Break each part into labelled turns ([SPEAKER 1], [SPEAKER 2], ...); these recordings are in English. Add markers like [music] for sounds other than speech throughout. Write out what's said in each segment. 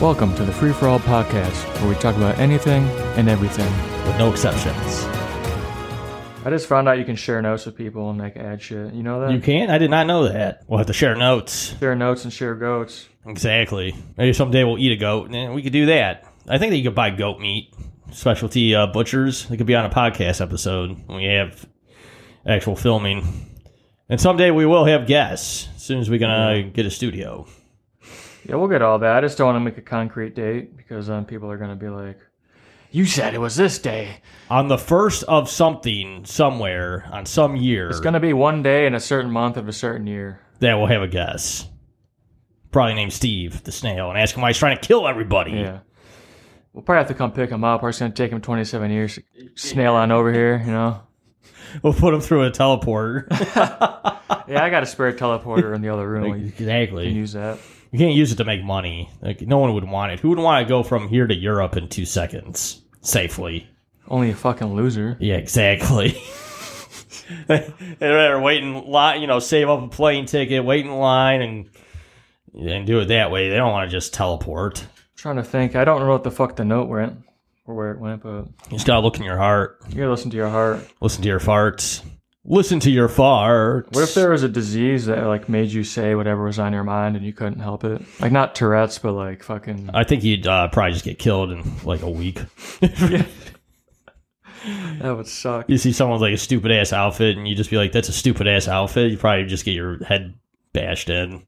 [SPEAKER 1] Welcome to the Free For All podcast, where we talk about anything and everything.
[SPEAKER 2] with no exceptions.
[SPEAKER 1] I just found out you can share notes with people and like add shit. You know that?
[SPEAKER 2] You can? I did not know that. We'll have to share notes.
[SPEAKER 1] share notes and share goats.
[SPEAKER 2] Exactly. Maybe someday we'll eat a goat, and we could do that. I think that you could buy goat meat, specialty uh, butchers. They could be on a podcast episode. when We have actual filming, and someday we will have guests. As soon as we gonna get a studio.
[SPEAKER 1] Yeah, we'll get all that. I just don't want to make a concrete date because then people are gonna be like, "You said it was this day."
[SPEAKER 2] On the first of something, somewhere, on some year,
[SPEAKER 1] It's gonna be one day in a certain month of a certain year.
[SPEAKER 2] that we'll have a guest. Probably named Steve the snail, and ask him why he's trying to kill everybody.
[SPEAKER 1] Yeah. We'll probably have to come pick him up. Or it's gonna take him 27 years to snail on over here. You know?
[SPEAKER 2] We'll put him through a teleporter.
[SPEAKER 1] [laughs] Yeah, I got a spare teleporter in the other room. You
[SPEAKER 2] exactly.
[SPEAKER 1] can use that.
[SPEAKER 2] [laughs] You can't use it to make money. Like no one would want it. Who would want to go from here to Europe in two seconds safely?
[SPEAKER 1] Only a fucking loser.
[SPEAKER 2] Yeah, exactly. [laughs] They'd rather wait in line, you know, save up a plane ticket, wait in line, and and do it that way. They don't want to just teleport.
[SPEAKER 1] trying to think. I don't know what the fuck the note went or where it went, but
[SPEAKER 2] You just gotta look in your heart,
[SPEAKER 1] you gotta listen to your heart.
[SPEAKER 2] listen to your farts, listen to your farts.
[SPEAKER 1] What if there was a disease that like made you say whatever was on your mind and you couldn't help it? Like not Tourette's, but like fucking.
[SPEAKER 2] I think you'd uh, probably just get killed in like a week.
[SPEAKER 1] That would suck.
[SPEAKER 2] you see someone's like a stupid ass outfit and you just be like that's a stupid ass outfit you probably just get your head bashed in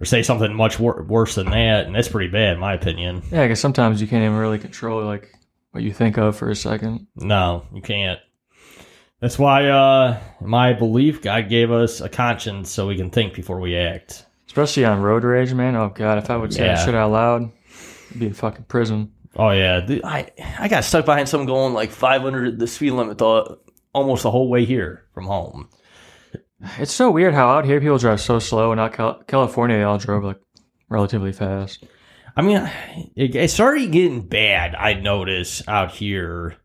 [SPEAKER 2] or say something much wor- worse than that and that's pretty bad in my opinion
[SPEAKER 1] Yeah, because sometimes you can't even really control like what you think of for a second.
[SPEAKER 2] no you can't that's why uh my belief god gave us a conscience so we can think before we act
[SPEAKER 1] Especially on road rage, man. Oh god, if I would say that
[SPEAKER 2] Yeah.
[SPEAKER 1] shit out loud, I'd be in fucking prison.
[SPEAKER 2] oh yeah th-
[SPEAKER 3] I I got stuck behind someone going like 500 the speed limit the,
[SPEAKER 2] almost the whole way here from home
[SPEAKER 1] It's so weird how out here people drive so slow, and out Cal- California they all drove like relatively fast.
[SPEAKER 2] I mean, it, it started getting bad. I noticed out here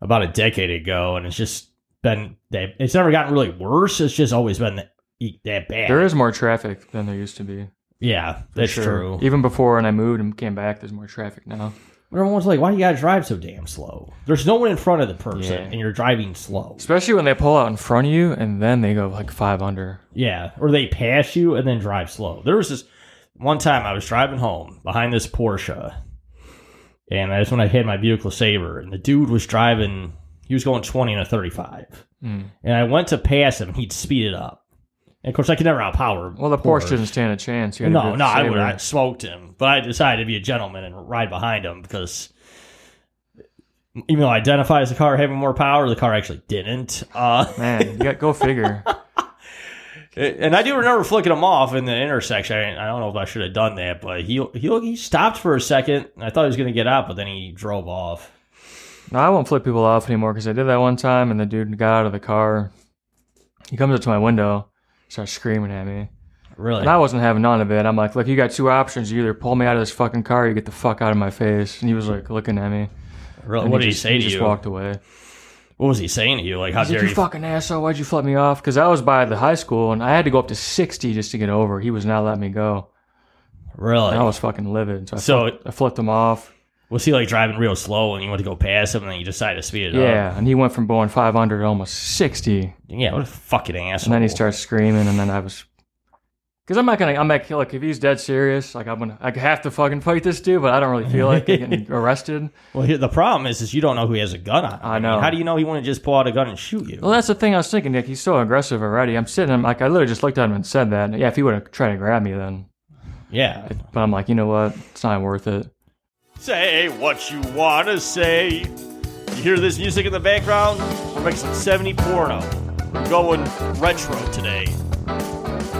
[SPEAKER 2] about a decade ago, and it's just been that it's never gotten really worse. It's just always been that, that bad.
[SPEAKER 1] There is more traffic than there used to be.
[SPEAKER 2] yeah,
[SPEAKER 1] for
[SPEAKER 2] that's
[SPEAKER 1] sure.
[SPEAKER 2] true.
[SPEAKER 1] Even before when I moved and came back, there's more traffic now.
[SPEAKER 2] Everyone's like, "Why do you gotta drive so damn slow?" There's no one in front of the person,
[SPEAKER 1] Yeah.
[SPEAKER 2] and you're driving slow.
[SPEAKER 1] Especially when they pull out in front of you and then they go like five under.
[SPEAKER 2] Yeah, or they pass you and then drive slow. There was this one time I was driving home behind this Porsche, and that's when I had my vehicle saber, and the dude was driving. He was going 20 and a 35.
[SPEAKER 1] Mm.
[SPEAKER 2] and I went to pass him. and He'd speed it up. And of course, I could never outpower.
[SPEAKER 1] Well, the Porsche, didn't stand a chance. You had to do
[SPEAKER 2] No,
[SPEAKER 1] it
[SPEAKER 2] no, I
[SPEAKER 1] saber.
[SPEAKER 2] would. I smoked him, but I decided to be a gentleman and ride behind him because even though I identify as the car having more power, the car actually didn't. Uh,
[SPEAKER 1] [laughs] Man, you got go
[SPEAKER 2] [laughs]
[SPEAKER 1] figure.
[SPEAKER 2] and I do remember flicking him off in the intersection. I don't know if I should have done that, but he he he stopped for a second. and I thought he was going to get out, but then he drove off.
[SPEAKER 1] no, I won't flip people off anymore because I did that one time and the dude got out of the car. He comes up to my window, starts screaming at me.
[SPEAKER 2] Really?
[SPEAKER 1] And I wasn't having none of it. I'm like, look, you got two options. You either pull me out of this fucking car or you get the fuck out of my face. And he was like looking at me.
[SPEAKER 2] really?
[SPEAKER 1] And
[SPEAKER 2] What did
[SPEAKER 1] he
[SPEAKER 2] he
[SPEAKER 1] just-
[SPEAKER 2] say to
[SPEAKER 1] He
[SPEAKER 2] you?
[SPEAKER 1] just walked away.
[SPEAKER 2] What was he saying to you? Like, how
[SPEAKER 1] He's like,
[SPEAKER 2] dare
[SPEAKER 1] you
[SPEAKER 2] you?
[SPEAKER 1] fucking asshole, why'd you flip me off? Because I was by the high school and I had to go up to 60 just to get over. He was not letting me go.
[SPEAKER 2] Really?
[SPEAKER 1] And I was fucking livid. So I,
[SPEAKER 2] So-
[SPEAKER 1] flipped, I flipped him off.
[SPEAKER 2] Was he like driving real slow and you went to go past him and then you decided to speed it up?
[SPEAKER 1] Yeah. And he went from going 500 to almost 60.
[SPEAKER 2] Yeah, what a fucking asshole.
[SPEAKER 1] And then he starts screaming. And then I was. Because I'm not going to. I'm like, look, if he's dead serious, like, I'm going to. I have to fucking fight this dude, but I don't really feel like [laughs] getting arrested.
[SPEAKER 2] Well, here, the problem is, is you don't know who has a gun on. him.
[SPEAKER 1] I
[SPEAKER 2] mean,
[SPEAKER 1] know.
[SPEAKER 2] how do you know he wouldn't just pull out a gun and shoot you?
[SPEAKER 1] Well, that's the thing I was thinking, Nick. He's so aggressive already. I'm sitting, I'm like, I literally just looked at him and said that. Yeah, if he would have tried to grab me then.
[SPEAKER 2] yeah.
[SPEAKER 1] But I'm like, you know what? It's not worth it.
[SPEAKER 2] Say what you want to say. You hear this music in the background? We're making some 70 porno. We're going retro today.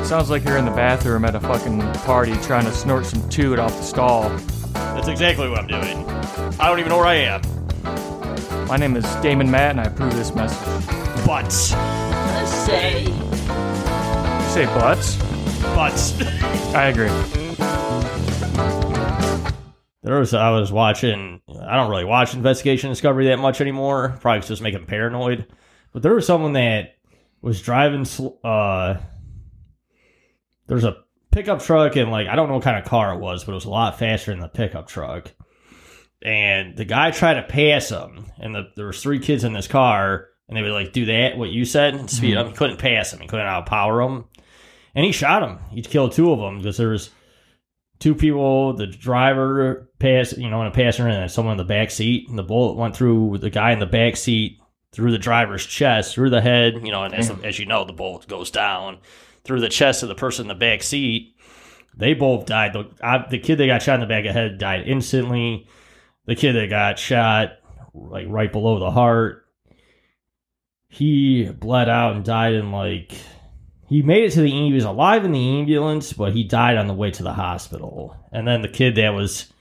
[SPEAKER 1] Sounds like you're in the bathroom at a fucking party trying to snort some toot off the stall.
[SPEAKER 2] That's exactly what I'm doing. I don't even know where I am.
[SPEAKER 1] My name is Damon Matt, and I approve this message.
[SPEAKER 2] Butts.
[SPEAKER 3] say
[SPEAKER 1] You say butts?
[SPEAKER 2] Butts. [laughs]
[SPEAKER 1] I agree.
[SPEAKER 2] There was I was watching. I don't really watch Investigation Discovery that much anymore. Probably 'cause it's just making paranoid. But there was someone that was driving. sl- Uh, there's a pickup truck and like I don't know what kind of car it was, but it was a lot faster than the pickup truck. And the guy tried to pass him, and the, there was three kids in this car, and they would like do that what you said, and speed up. He couldn't pass him. He couldn't outpower him, and he shot him. He killed two of them because there was two people, the driver pass, you know, and a passenger, and then someone in the back seat, and the bullet went through the guy in the back seat, through the driver's chest, through the head, you know, and as, as you know, the bullet goes down through the chest of the person in the back seat. They both died. The, I, the kid that got shot in the back of the head died instantly. The kid that got shot, like right below the heart, he bled out and died in like. He made it to the. He was alive in the ambulance, but he died on the way to the hospital. And then the kid that was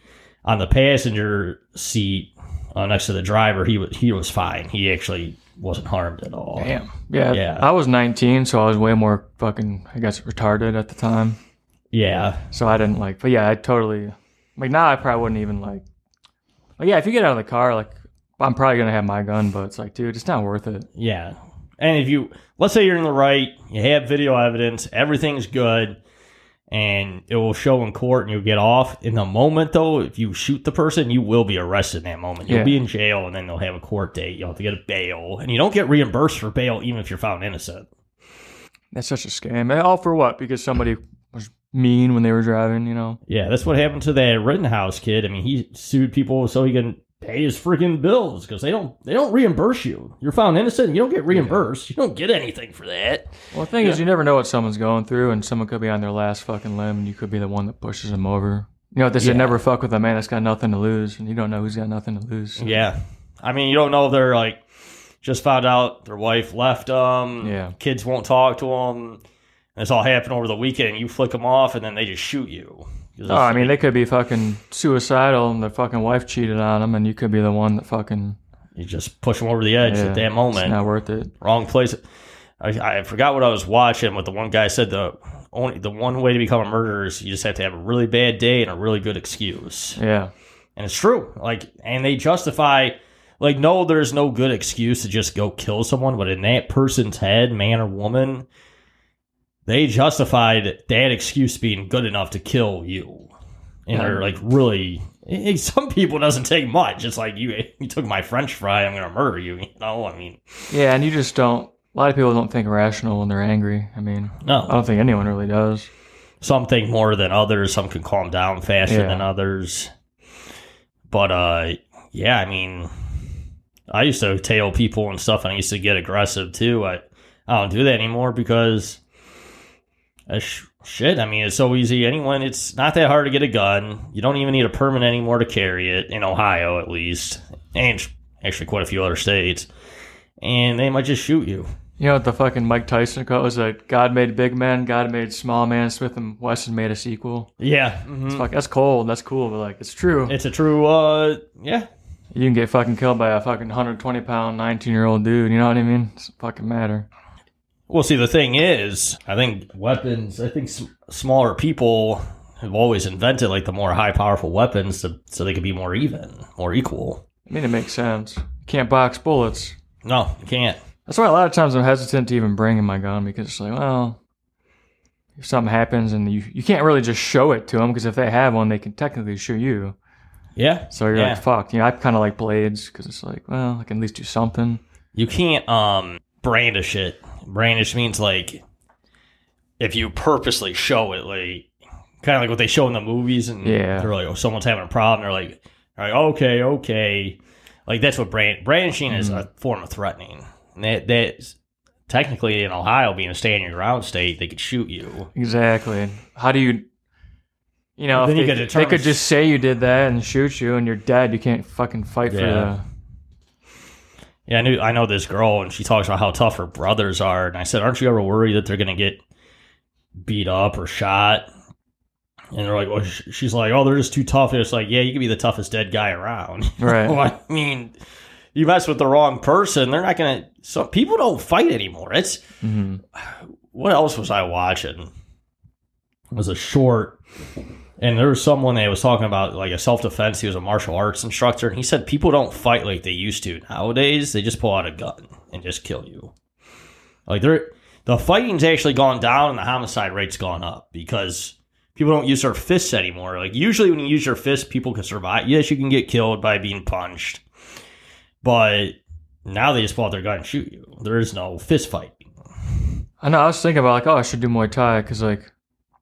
[SPEAKER 2] on the passenger seat uh, next to the driver, he was he was fine. He actually wasn't harmed at all.
[SPEAKER 1] Damn. Yeah,
[SPEAKER 2] Yeah.
[SPEAKER 1] I was 19, so I was way more fucking, I guess, retarded at the time.
[SPEAKER 2] Yeah.
[SPEAKER 1] So I didn't like, but yeah, I totally, like now I probably wouldn't even like, like, yeah, if you get out of the car, like, I'm probably going to have my gun, but it's like, dude, it's not worth it.
[SPEAKER 2] Yeah. And if you let's say you're in the right, you have video evidence, everything's good, and it will show in court and you'll get off. In the moment though, if you shoot the person, you will be arrested in that moment. You'll
[SPEAKER 1] Yeah.
[SPEAKER 2] be in jail and then they'll have a court date. You'll have to get a bail. And you don't get reimbursed for bail even if you're found innocent.
[SPEAKER 1] That's such a scam. And All for what? Because somebody was mean when they were driving, you know?
[SPEAKER 2] Yeah, that's what happened to that Rittenhouse kid. I mean, he sued people so he can pay his freaking bills because they don't they don't reimburse you. You're found innocent, you don't get reimbursed. You don't get anything for that.
[SPEAKER 1] Well, the thing is, you never know what someone's going through, and someone could be on their last fucking limb, and you could be the one that pushes them over. You know, they should
[SPEAKER 2] Yeah.
[SPEAKER 1] never fuck with a man that's got nothing to lose, and you don't know who's got nothing to lose. so-
[SPEAKER 2] Yeah. I mean, you don't know if they're like just found out their wife left them.
[SPEAKER 1] Yeah.
[SPEAKER 2] Kids won't talk to them. This all happened over the weekend. You flick them off and then they just shoot you. 'Cause
[SPEAKER 1] Oh, I mean, they could be fucking suicidal, and their fucking wife cheated on them, and you could be the one that fucking.
[SPEAKER 2] you just push them over the edge
[SPEAKER 1] Yeah,
[SPEAKER 2] at that
[SPEAKER 1] It's
[SPEAKER 2] moment.
[SPEAKER 1] not worth it.
[SPEAKER 2] Wrong place. I, I forgot what I was watching, but the one guy said the only the one way to become a murderer is you just have to have a really bad day and a really good excuse.
[SPEAKER 1] Yeah.
[SPEAKER 2] And it's true. Like, and they justify, like, no, there's no good excuse to just go kill someone. But in that person's head, man or woman, they justified that excuse being good enough to kill you. And they're like, really, [laughs] eh, some people it doesn't take much. It's like, you, you took my french fry, I'm going to murder you. [laughs] You know, I mean,
[SPEAKER 1] Yeah, and you just don't. A lot of people don't think rational when they're angry. I mean, I
[SPEAKER 2] no.
[SPEAKER 1] don't think anyone really does.
[SPEAKER 2] Some think more than others. Some can calm down faster
[SPEAKER 1] Yeah.
[SPEAKER 2] than others. But uh, yeah, I mean, I used to tail people and stuff, and I used to get aggressive too. I I don't do that anymore because, uh, sh- shit. I mean, it's so easy. Anyone, it's not that hard to get a gun. You don't even need a permit anymore to carry it in Ohio, at least, and actually quite a few other states. And they might just shoot you.
[SPEAKER 1] You know what the fucking Mike Tyson quote was that God made big men, God made small men, Smith and Wesson made us equal.
[SPEAKER 2] Yeah,
[SPEAKER 1] It's like that's cold, that's cool, but like it's true.
[SPEAKER 2] it's a true. Uh, yeah,
[SPEAKER 1] you can get fucking killed by a fucking 120 pound 19 year old dude. You know what I mean? It's fucking matter.
[SPEAKER 2] Well, see, the thing is, I think weapons, I think s- smaller people have always invented like the more high powerful weapons to, so they could be more even, more equal.
[SPEAKER 1] I mean, it makes sense. You can't box bullets.
[SPEAKER 2] No, you can't.
[SPEAKER 1] That's why a lot of times I'm hesitant to even bring in my gun because it's like, well, if something happens and you you can't really just show it to them because if they have one, they can technically shoot you.
[SPEAKER 2] Yeah.
[SPEAKER 1] So you're
[SPEAKER 2] Yeah.
[SPEAKER 1] like, fucked. You know, I kind of like blades because it's like, well, I can at least do something.
[SPEAKER 2] You can't um brandish it. Brandish means like if you purposely show it, like kind of like what they show in the movies, and
[SPEAKER 1] Yeah.
[SPEAKER 2] they're like, oh, someone's having a problem. They're like, all right, okay, okay, like that's what brand brandishing is a form of threatening. And that that's technically in Ohio, being a stand your ground state, they could shoot you.
[SPEAKER 1] Exactly. How do you, you know,
[SPEAKER 2] Then
[SPEAKER 1] if
[SPEAKER 2] you
[SPEAKER 1] they,
[SPEAKER 2] could
[SPEAKER 1] they
[SPEAKER 2] determine-
[SPEAKER 1] could just say you did that and shoot you and you're dead. You can't fucking fight for
[SPEAKER 2] Yeah.
[SPEAKER 1] the.
[SPEAKER 2] Yeah, I knew I know this girl, and she talks about how tough her brothers are. And I said, "Aren't you ever worried that they're gonna get beat up or shot?" And they're like, "Well," sh- she's like, "Oh, they're just too tough." And it's like, "Yeah, you could be the toughest dead guy around." [laughs]
[SPEAKER 1] Right.
[SPEAKER 2] well, I mean, you mess with the wrong person, they're not gonna. So people don't fight anymore. It's
[SPEAKER 1] hmm
[SPEAKER 2] what else was I watching? It was a short, and there was someone that was talking about like a self defense. He was a martial arts instructor, and he said people don't fight like they used to nowadays. They just pull out a gun and just kill you. Like they're the fighting's actually gone down and the homicide rate's gone up because people don't use their fists anymore. Like usually when you use your fist, people can survive. Yes, you can get killed by being punched, but now they just pull out their gun and shoot you. There is no fist fight.
[SPEAKER 1] I know. I was thinking about like, oh, I should do Muay Thai because like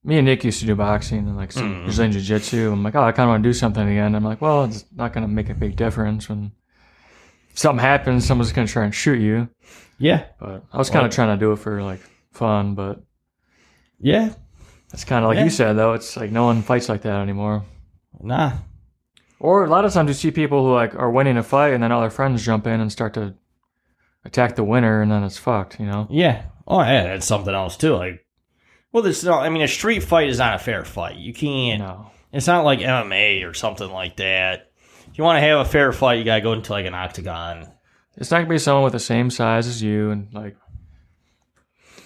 [SPEAKER 1] me and Nick used to do boxing and like some
[SPEAKER 2] Mm.
[SPEAKER 1] Brazilian Jiu Jitsu. I'm like, oh, I kind of want to do something again. I'm like, well, it's not gonna make a big difference when if something happens. Someone's gonna try and shoot you.
[SPEAKER 2] Yeah,
[SPEAKER 1] But I was kind
[SPEAKER 2] Well-
[SPEAKER 1] of trying to do it for like fun, but
[SPEAKER 2] yeah,
[SPEAKER 1] it's kind of like
[SPEAKER 2] Yeah.
[SPEAKER 1] you said though. It's like no one fights like that anymore.
[SPEAKER 2] nah,
[SPEAKER 1] Or a lot of times you see people who like are winning a fight and then all their friends jump in and start to attack the winner and then it's fucked, you know?
[SPEAKER 2] yeah. Oh yeah, that's something else too. Like, well, there's no. I mean, a street fight is not a fair fight. You can't.
[SPEAKER 1] No.
[SPEAKER 2] It's not like MMA or something like that. If you want to have a fair fight, you gotta go into like an octagon.
[SPEAKER 1] It's not gonna be someone with the same size as you and like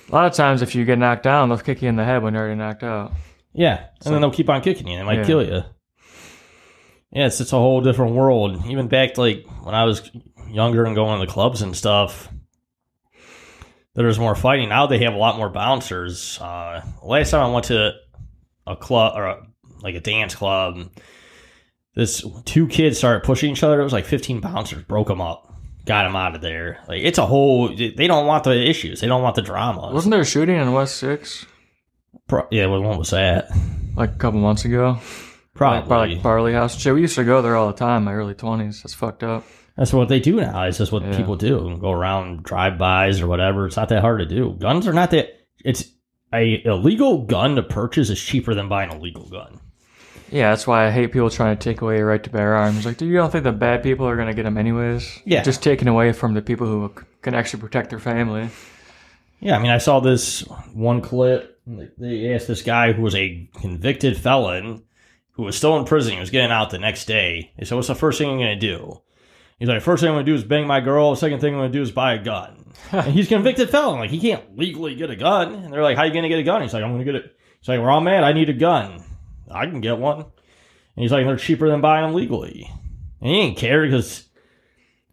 [SPEAKER 1] a lot of times if you get knocked down, they'll kick you in the head when you're already knocked out.
[SPEAKER 2] Yeah, and then they'll keep on kicking you. They might
[SPEAKER 1] Yeah.
[SPEAKER 2] kill you. Yeah, it's it's a whole different world. Even back to like when I was younger and going to the clubs and stuff, there was more fighting. Now they have a lot more bouncers. Uh, last time I went to a club or a, like a dance club, this two kids started pushing each other. It was like fifteen bouncers broke them up, got them out of there. Like it's a whole. They don't want the issues. They don't want the drama.
[SPEAKER 1] Wasn't there a shooting in West Six
[SPEAKER 2] Pro- yeah, well, what was that?
[SPEAKER 1] like a couple months ago? Like, by like Barley House. Shit, we used to go there all the time, in my early twenties. That's fucked up.
[SPEAKER 2] That's what they do now. It's just what
[SPEAKER 1] Yeah.
[SPEAKER 2] people do. Go around drive bys or whatever. It's not that hard to do. Guns are not that it's a illegal gun to purchase is cheaper than buying a legal gun.
[SPEAKER 1] Yeah, that's why I hate people trying to take away your right to bear arms. Like, do you don't think the bad people are gonna get them anyways?
[SPEAKER 2] Yeah.
[SPEAKER 1] just taken away from the people who c- can actually protect their family.
[SPEAKER 2] Yeah, I mean I saw this one clip. like, They asked this guy who was a convicted felon who was still in prison, he was getting out the next day. They said, What's the first thing I'm gonna do? He's like, first thing I'm gonna do is bang my girl, second thing I'm gonna do is buy a gun. and he's a convicted felon, like he can't legally get a gun. And they're like, How you gonna get a gun? He's like, I'm gonna get it. He's like, We're all mad, I need a gun. I can get one. And he's like, They're cheaper than buying them legally. And he didn't care because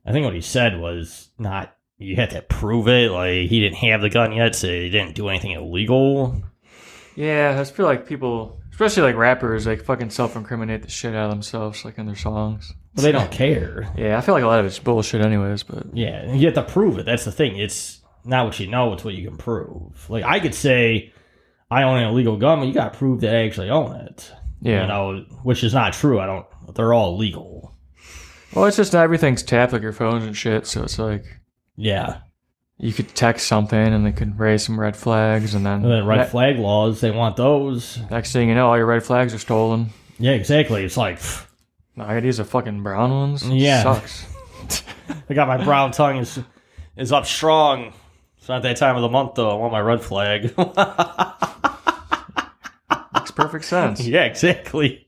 [SPEAKER 2] I think what he said was not you had to prove it, like he didn't have the gun yet, so he didn't do anything illegal.
[SPEAKER 1] Yeah, I just feel like people, especially like rappers, like fucking self-incriminate the shit out of themselves, like in their songs.
[SPEAKER 2] But they don't care.
[SPEAKER 1] Yeah, I feel like a lot of it's bullshit, anyways. But
[SPEAKER 2] Yeah, and you have to prove it. That's the thing. It's not what you know; it's what you can prove. Like I could say, I own an illegal gun, but you got to prove that I actually own it.
[SPEAKER 1] yeah,
[SPEAKER 2] You know, which is not true. I don't. They're all illegal.
[SPEAKER 1] well, it's just not everything's tapped like your phones and shit. So it's like
[SPEAKER 2] Yeah,
[SPEAKER 1] you could text something and they could raise some red flags, and then,
[SPEAKER 2] and then red
[SPEAKER 1] ne-
[SPEAKER 2] flag laws. They want those.
[SPEAKER 1] next thing you know, all your red flags are stolen.
[SPEAKER 2] Yeah, exactly. It's like [sighs] pff,
[SPEAKER 1] No, I got these are fucking brown ones.
[SPEAKER 2] Yeah.
[SPEAKER 1] sucks.
[SPEAKER 2] I got my brown tongue is is up strong. It's not that time of the month though. I want my red flag. [laughs]
[SPEAKER 1] Makes perfect sense.
[SPEAKER 2] yeah, exactly.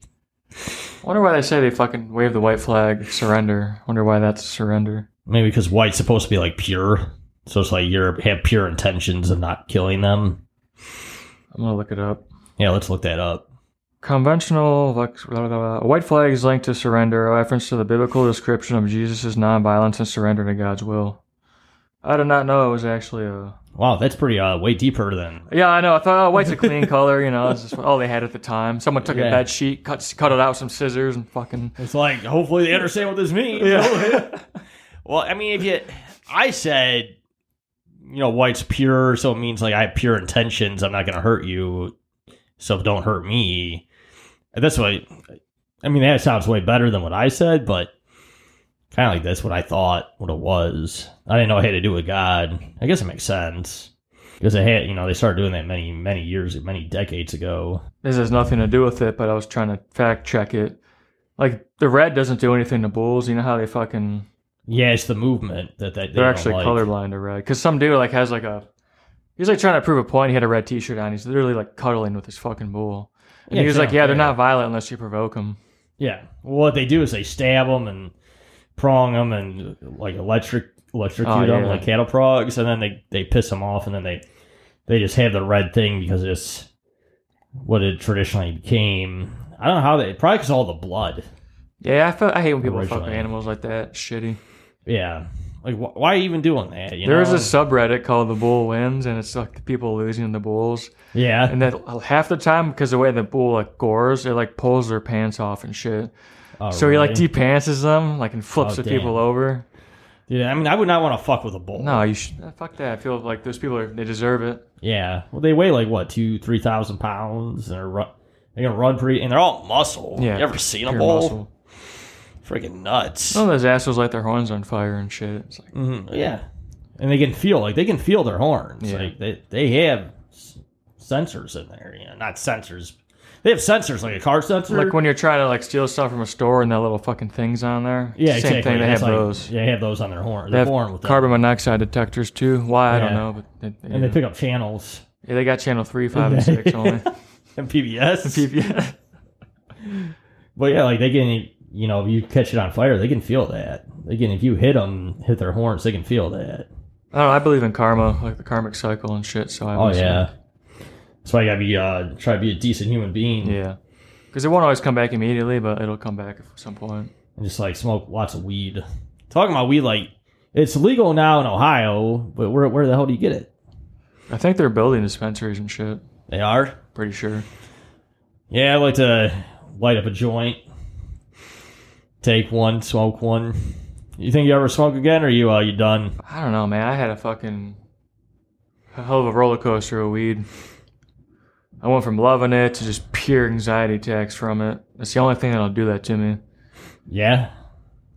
[SPEAKER 1] Wonder why they say they fucking wave the white flag, surrender. Wonder why that's surrender.
[SPEAKER 2] Maybe because white's supposed to be like pure, so it's like you're have pure intentions of not killing them.
[SPEAKER 1] I'm gonna look it up.
[SPEAKER 2] Yeah, let's look that up.
[SPEAKER 1] Conventional lex- blah, blah, blah. a white flag is linked to surrender, a reference to the biblical description of Jesus' nonviolence and surrender to God's will. I did not know it was actually a.
[SPEAKER 2] Wow, that's pretty uh way deeper than
[SPEAKER 1] Yeah, I know. I thought oh,
[SPEAKER 2] [laughs]
[SPEAKER 1] white's a clean color, you know. It's just all they had at the time. Someone took
[SPEAKER 2] Yeah.
[SPEAKER 1] a bed sheet, cut cut it out with some scissors, and fucking.
[SPEAKER 2] it's like. Hopefully, they understand what this means. [laughs] well, I mean, if you, I said, you know, white's pure, so it means like I have pure intentions. I'm not going to hurt you, so don't hurt me. And that's what. I mean, that sounds way better than what I said, but kind of like that's what I thought what it was. I didn't know it had to do with God. I guess it makes sense because they had, you know, they started doing that many, many years, many decades ago.
[SPEAKER 1] This has nothing to do with it, but I was trying to fact check it. Like the red doesn't do anything to bulls. You know how they fucking
[SPEAKER 2] Yeah, it's the movement that, that they
[SPEAKER 1] They're
[SPEAKER 2] don't
[SPEAKER 1] actually
[SPEAKER 2] like.
[SPEAKER 1] colorblind to red. Because some dude like has like a he's like trying to prove a point. He had a red T-shirt on. He's literally like cuddling with his fucking bull. And
[SPEAKER 2] Yeah,
[SPEAKER 1] he was
[SPEAKER 2] sure,
[SPEAKER 1] like, "Yeah, they're
[SPEAKER 2] yeah.
[SPEAKER 1] not violent unless you provoke them."
[SPEAKER 2] Yeah. Well, what they do is they stab them and prong them and like electric electrocute
[SPEAKER 1] Oh,
[SPEAKER 2] them
[SPEAKER 1] yeah.
[SPEAKER 2] like cattle progs, and then they they piss them off, and then they they just have the red thing because it's what it traditionally became. I don't know how they probably because all the blood.
[SPEAKER 1] Yeah, I feel I hate when people fuck
[SPEAKER 2] Originally.
[SPEAKER 1] with animals like that. It's Shitty.
[SPEAKER 2] Yeah. Like, wh- why are you even doing that? You
[SPEAKER 1] There is
[SPEAKER 2] know?
[SPEAKER 1] a subreddit called "The Bull Wins," and it's like the people losing the bulls,
[SPEAKER 2] yeah.
[SPEAKER 1] and that half the time because the way the bull like gores, it like pulls their pants off and shit.
[SPEAKER 2] Oh,
[SPEAKER 1] so he like
[SPEAKER 2] really?
[SPEAKER 1] depantses them, like and flips
[SPEAKER 2] Oh,
[SPEAKER 1] the
[SPEAKER 2] damn.
[SPEAKER 1] people over.
[SPEAKER 2] Yeah, I mean, I would not want to fuck with a bull.
[SPEAKER 1] No, you should fuck that. I feel like those people are, they deserve it.
[SPEAKER 2] Yeah. Well, they weigh like what two, three thousand pounds, and they're run, they can run pretty, and they're all muscle.
[SPEAKER 1] Yeah,
[SPEAKER 2] You ever seen a
[SPEAKER 1] Pure
[SPEAKER 2] bull?
[SPEAKER 1] muscle.
[SPEAKER 3] Freaking nuts.
[SPEAKER 1] Some of those assholes light their horns on fire and shit. It's like,
[SPEAKER 2] Mhm, Yeah. And they can feel like they can feel their horns.
[SPEAKER 1] Yeah.
[SPEAKER 2] Like they they have s- sensors in there. You know, not sensors. They have sensors like a car sensor.
[SPEAKER 1] like when you're trying to like steal stuff from a store and that little fucking thing's on there.
[SPEAKER 2] yeah,
[SPEAKER 1] same
[SPEAKER 2] exactly.
[SPEAKER 1] thing. They
[SPEAKER 2] It's
[SPEAKER 1] have
[SPEAKER 2] like-
[SPEAKER 1] those.
[SPEAKER 2] Yeah, they have those on their horn.
[SPEAKER 1] They
[SPEAKER 2] They're
[SPEAKER 1] have
[SPEAKER 2] born with them.
[SPEAKER 1] carbon monoxide detectors too. Why I
[SPEAKER 2] Yeah.
[SPEAKER 1] don't know, but they,
[SPEAKER 2] and they pick up channels [laughs]
[SPEAKER 1] yeah, they got channel three, five, and six only. [laughs]
[SPEAKER 2] and PBS.
[SPEAKER 1] PBS.
[SPEAKER 2] But yeah, like they can, you know, if you catch it on fire, they can feel that. Again, if you hit them, hit their horns, they can feel
[SPEAKER 1] I
[SPEAKER 2] that.
[SPEAKER 1] don't know. I believe in karma, like the karmic cycle and shit. So I
[SPEAKER 2] Oh
[SPEAKER 1] always-
[SPEAKER 2] yeah, that's why you gotta be uh, try to be a decent human being.
[SPEAKER 1] yeah, because it won't always come back immediately, but it'll come back at some point.
[SPEAKER 2] and just like smoke lots of weed. Talking about weed, like it's legal now in Ohio, but where where the hell do you get it?
[SPEAKER 1] I think they're building dispensaries and shit.
[SPEAKER 2] They are.
[SPEAKER 1] Pretty sure.
[SPEAKER 2] Yeah, I like to light up a joint, take one, smoke one. You think you ever smoke again, or you uh, you done?
[SPEAKER 1] I don't know, man. I had a fucking a hell of a roller coaster of weed. I went from loving it to just pure anxiety attacks from it. It's the only thing that'll do that to me.
[SPEAKER 2] [laughs] Yeah,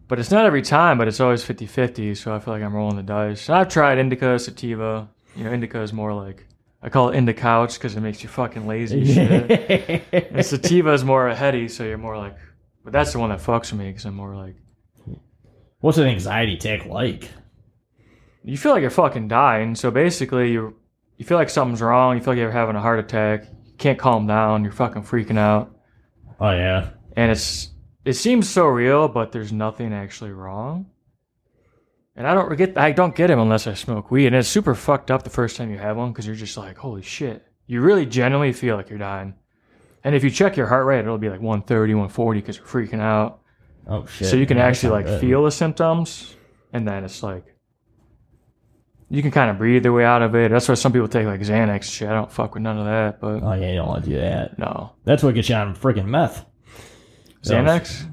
[SPEAKER 1] But it's not every time, but it's always 50 50, so I feel like I'm rolling the dice. And I've tried indica, sativa. You know, indica is more like, I call it indica couch because it makes you fucking lazy
[SPEAKER 2] [laughs]
[SPEAKER 1] as shit. And sativa is more heady, so you're more like, but that's the one that fucks with me because I'm more like,
[SPEAKER 2] What's an anxiety attack like?
[SPEAKER 1] you feel like you're fucking dying. So basically, you you feel like something's wrong. You feel like you're having a heart attack. You can't calm down. You're fucking freaking out,
[SPEAKER 2] Oh yeah,
[SPEAKER 1] and it's it seems so real, but there's nothing actually wrong. And I don't get I don't get him unless I smoke weed, and it's super fucked up the first time you have one because you're just like, holy shit, you really genuinely feel like you're dying. And if you check your heart rate, it'll be like 130, 140 because you're freaking out.
[SPEAKER 2] oh shit.
[SPEAKER 1] So you can
[SPEAKER 2] Yeah, that's
[SPEAKER 1] actually like
[SPEAKER 2] not good.
[SPEAKER 1] feel the symptoms, and then it's like you can kind of breathe their way out of it. That's why some people take like Xanax and shit. I don't fuck with none of that, but
[SPEAKER 2] Oh yeah, you don't want to do that.
[SPEAKER 1] no
[SPEAKER 2] That's what gets you on freaking meth.
[SPEAKER 1] Xanax.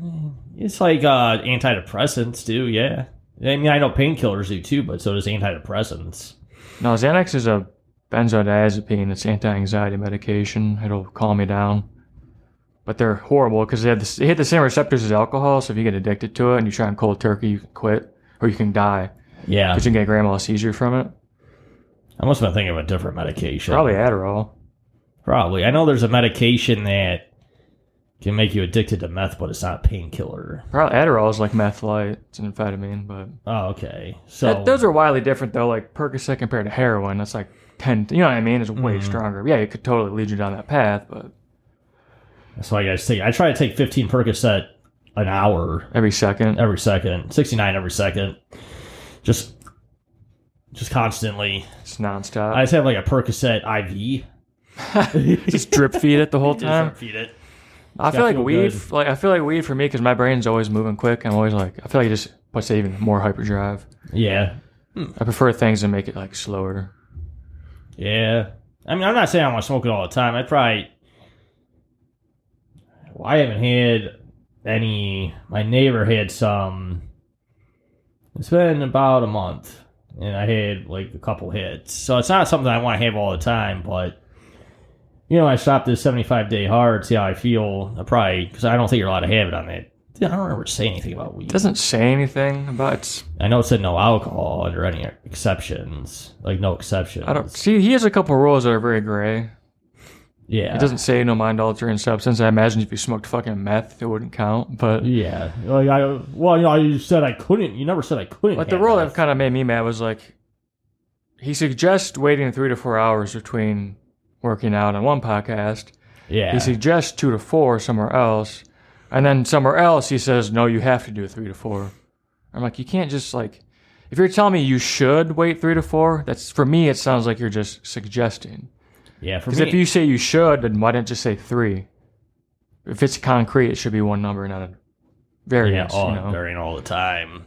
[SPEAKER 2] It's like uh, antidepressants do, yeah. I mean, I know painkillers do too, but so does antidepressants.
[SPEAKER 1] No, Xanax is a benzodiazepine. It's anti-anxiety medication. It'll calm you down, but they're horrible because they, have the- they hit the same receptors as alcohol. So if you get addicted to it and you try and cold turkey, you can quit or you can die
[SPEAKER 2] Yeah,
[SPEAKER 1] because you can get grandma seizure from it.
[SPEAKER 2] I must have been thinking of a different medication.
[SPEAKER 1] Probably Adderall.
[SPEAKER 2] probably. I know there's a medication that can make you addicted to meth, but it's not a painkiller.
[SPEAKER 1] Probably Adderall is like meth light. It's an amphetamine, but
[SPEAKER 2] Oh, okay. So
[SPEAKER 1] That, those are wildly different though. Like Percocet compared to heroin, that's like ten. You know what I mean? It's
[SPEAKER 2] Mm-hmm.
[SPEAKER 1] way stronger. Yeah, it could totally lead you down that path, but
[SPEAKER 2] that's why you guys take. I try to take 15 Percocet an hour
[SPEAKER 1] every second.
[SPEAKER 2] every second, 69 every second, just just constantly.
[SPEAKER 1] It's nonstop.
[SPEAKER 2] I just have like a Percocet [laughs]
[SPEAKER 1] [laughs]
[SPEAKER 2] IV. [laughs]
[SPEAKER 1] just uh, drip feed it the whole time.
[SPEAKER 2] Just feed it.
[SPEAKER 1] I feel like
[SPEAKER 2] feel
[SPEAKER 1] weed.
[SPEAKER 2] good.
[SPEAKER 1] Like I feel like weed for me because my brain's always moving quick. I'm always like I feel like it just puts it even more hyperdrive.
[SPEAKER 2] Yeah,
[SPEAKER 1] I prefer things that make it like slower.
[SPEAKER 2] Yeah. I mean, I'm not saying I want to smoke it all the time. I probably. Well, I haven't had any. My neighbor had some. It's been about a month, and I had like a couple hits. So it's not something I want to have all the time, but. You know, I stopped this 75 day hard, see how I feel. I probably, because I don't think you're allowed to have it on that. Dude, I don't remember saying anything about
[SPEAKER 1] It
[SPEAKER 2] weed.
[SPEAKER 1] doesn't say anything about. It's,
[SPEAKER 2] I know it said no alcohol under any exceptions. Like, no exceptions.
[SPEAKER 1] I don't see. He has a couple rules that are very gray.
[SPEAKER 2] Yeah.
[SPEAKER 1] It
[SPEAKER 2] Ah.
[SPEAKER 1] doesn't say no mind altering substance. I imagine if you smoked fucking meth, it wouldn't count. But
[SPEAKER 2] Yeah. Like I well, you know, you said I couldn't. You never said I couldn't.
[SPEAKER 1] But the
[SPEAKER 2] have
[SPEAKER 1] rule
[SPEAKER 2] that.
[SPEAKER 1] that kind of made me mad was like, he suggests waiting three to four hours between working out on one podcast.
[SPEAKER 2] yeah.
[SPEAKER 1] He suggests two to four somewhere else, and then somewhere else he says, "No, you have to do three to four. I'm like, you can't just like, if you're telling me you should wait three to four, that's for me. It sounds like you're just suggesting.
[SPEAKER 2] yeah. For
[SPEAKER 1] Because
[SPEAKER 2] me,
[SPEAKER 1] if you say you should, then why didn't you say three? If it's concrete, it should be one number, not a
[SPEAKER 2] yeah, oh,
[SPEAKER 1] variance.
[SPEAKER 2] all
[SPEAKER 1] you know?
[SPEAKER 2] varying all the time.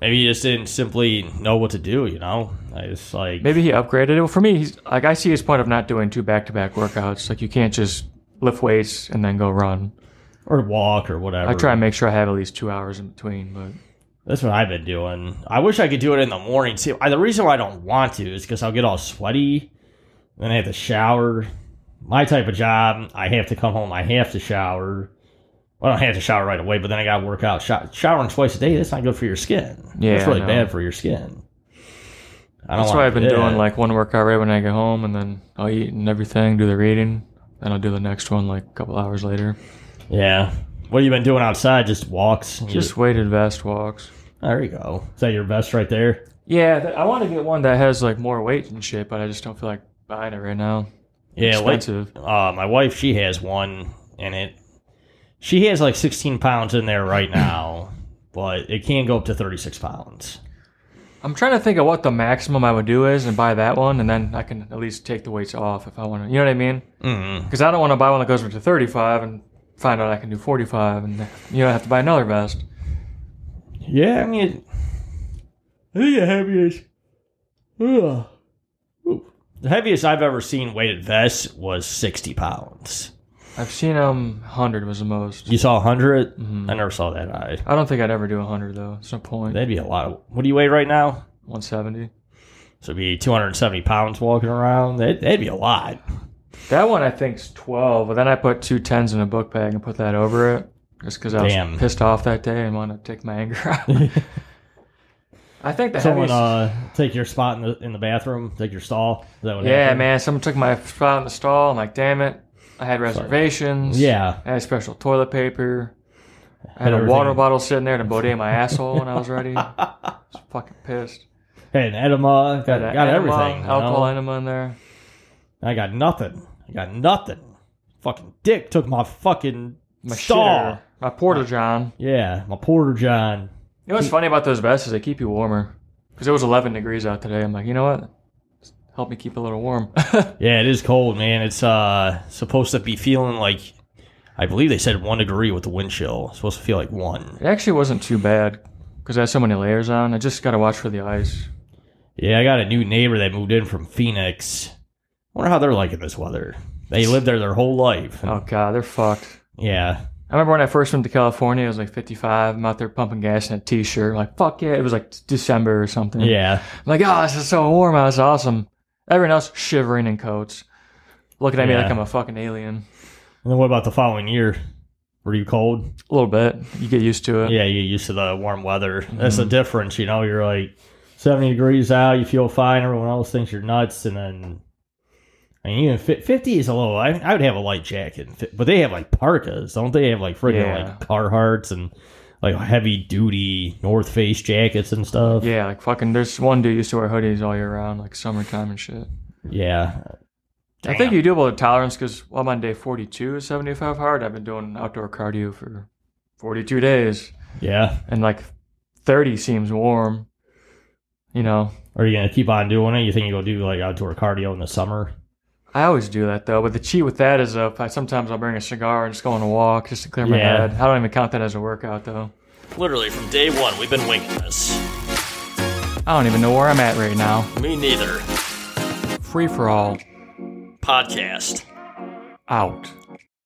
[SPEAKER 2] Maybe he just didn't simply know what to do. You know, I just like
[SPEAKER 1] Maybe he upgraded it. For me, he's like I see his point of not doing two back-to-back workouts. Like you can't just lift weights and then go run.
[SPEAKER 2] or walk or whatever.
[SPEAKER 1] I try and make sure I have at least two hours in between, but
[SPEAKER 2] That's what I've been doing. I wish I could do it in the morning too. I, the reason why I don't want to is because I'll get all sweaty, then I have to shower. My type of job, I have to come home. I have to shower. Well, I don't have to shower right away, but then I got to work out. Sho- showering twice a day, that's not good for your skin.
[SPEAKER 1] Yeah,
[SPEAKER 2] that's
[SPEAKER 1] I
[SPEAKER 2] really
[SPEAKER 1] know.
[SPEAKER 2] bad for your skin. I don't
[SPEAKER 1] that's
[SPEAKER 2] wanna
[SPEAKER 1] why I've been
[SPEAKER 2] do
[SPEAKER 1] doing
[SPEAKER 2] that.
[SPEAKER 1] like one workout right when I get home, and then I'll eat and everything, do the reading, then I'll do the next one like a couple hours later.
[SPEAKER 2] yeah. What have you been doing outside? Just walks.
[SPEAKER 1] Just weighted vest walks.
[SPEAKER 2] there you go. Is that your vest right there?
[SPEAKER 1] Yeah, th- I want to get one that has like more weight and shit, but I just don't feel like buying it right now.
[SPEAKER 2] Yeah, like
[SPEAKER 1] Expensive.
[SPEAKER 2] uh, my wife, she has one, and it she has like 16 pounds in there right now, but it can go up to 36 pounds.
[SPEAKER 1] I'm trying to think of what the maximum I would do is and buy that one, and then I can at least take the weights off if I want to. You know what I mean?
[SPEAKER 2] Mm.
[SPEAKER 1] Because I don't want to buy one that goes up to 35 and find out I can do 45, and you know I have to buy another vest.
[SPEAKER 2] Yeah, I mean, it, I think the heaviest. Ugh. Ooh. The heaviest I've ever seen weighted vest was 60 pounds.
[SPEAKER 1] I've seen um 100 was the most.
[SPEAKER 2] You saw 100?
[SPEAKER 1] Mhm.
[SPEAKER 2] I never saw that high.
[SPEAKER 1] I don't think I'd ever do 100 though. It's no point.
[SPEAKER 2] That'd be a lot. Of, what do you weigh right now?
[SPEAKER 1] 170.
[SPEAKER 2] So it'd be 270 pounds walking around. That, that'd be a lot.
[SPEAKER 1] That one I think's 12, but then I put two tens in a book bag and put that over it just because I was
[SPEAKER 2] Damn.
[SPEAKER 1] pissed off that day and wanted to take my anger [laughs]
[SPEAKER 2] [laughs]
[SPEAKER 1] out. I think the
[SPEAKER 2] Someone
[SPEAKER 1] heaviest-
[SPEAKER 2] uh, take your spot in the in the bathroom, take your stall. Is that what
[SPEAKER 1] yeah,
[SPEAKER 2] happened?
[SPEAKER 1] man, someone took my spot in the stall. I'm like, damn it. I had reservations.
[SPEAKER 2] Yeah,
[SPEAKER 1] I had special toilet paper. I
[SPEAKER 2] Had
[SPEAKER 1] had a water
[SPEAKER 2] everything.
[SPEAKER 1] bottle sitting there to bodega my asshole when I was ready. I was fucking
[SPEAKER 2] [laughs]
[SPEAKER 1] pissed.
[SPEAKER 2] had an edema, got,
[SPEAKER 1] Had a
[SPEAKER 2] got
[SPEAKER 1] enema,
[SPEAKER 2] everything. you know?
[SPEAKER 1] Alcohol enema in there.
[SPEAKER 2] I got nothing. I got nothing. Fucking dick took my fucking
[SPEAKER 1] My
[SPEAKER 2] stall.
[SPEAKER 1] shitter. My porter john.
[SPEAKER 2] Yeah, my porter john.
[SPEAKER 1] You know what's funny about those vests is they keep you warmer. Because it was 11 degrees out today. I'm like, you know what? Help me keep a little
[SPEAKER 2] [laughs]
[SPEAKER 1] warm.
[SPEAKER 2] Yeah, it is cold, man. It's uh supposed to be feeling like, I believe they said one degree with the wind chill. It's supposed to feel like one.
[SPEAKER 1] it actually wasn't too bad because I had so many layers on. I just got to watch for the ice.
[SPEAKER 2] Yeah, I got a new neighbor that moved in from Phoenix. Wonder how they're liking this weather. They lived there their whole life.
[SPEAKER 1] Oh, God, they're fucked.
[SPEAKER 2] Yeah,
[SPEAKER 1] I remember when I first went to California, it was like 55. I'm out there pumping gas in a t shirt. Like, fuck yeah. It was like December or something.
[SPEAKER 2] yeah.
[SPEAKER 1] I'm like, oh, this is so warm. That's awesome. Everyone else shivering in coats, looking at me
[SPEAKER 2] Yeah.
[SPEAKER 1] like I'm a fucking alien.
[SPEAKER 2] And then what about the following year? Were you cold?
[SPEAKER 1] A little bit. You get used to it.
[SPEAKER 2] Yeah, you get used to the warm weather. That's
[SPEAKER 1] mm-hmm.
[SPEAKER 2] the difference, you know. You're like 70 degrees out, you feel fine. Everyone else thinks you're nuts, and then I mean, even fi- 50 is a little. I, I would have a light jacket, and fi- but they have like parkas, don't they? Have like friggin'
[SPEAKER 1] Yeah.
[SPEAKER 2] like Carhartts and like heavy duty North Face jackets and stuff.
[SPEAKER 1] Yeah, like fucking. There's one dude used to wear hoodies all year round, like summertime and shit.
[SPEAKER 2] Yeah.
[SPEAKER 1] I think you do build a tolerance because well, I'm on day 42 of 75 hard. I've been doing outdoor cardio for 42 days,
[SPEAKER 2] Yeah.
[SPEAKER 1] and like 30 seems warm. You know,
[SPEAKER 2] Are you gonna keep on doing it? You think you will do like outdoor cardio in the summer?
[SPEAKER 1] I always do that though. But the cheat with that is, uh, I, sometimes I'll bring a cigar and just go on a walk just to clear my
[SPEAKER 2] Yeah.
[SPEAKER 1] head. I don't even count that as a workout though.
[SPEAKER 3] Literally from day one, we've been winging this.
[SPEAKER 1] I don't even know where I'm at right now.
[SPEAKER 3] Me neither.
[SPEAKER 1] Free for all,
[SPEAKER 3] Podcast.
[SPEAKER 1] out.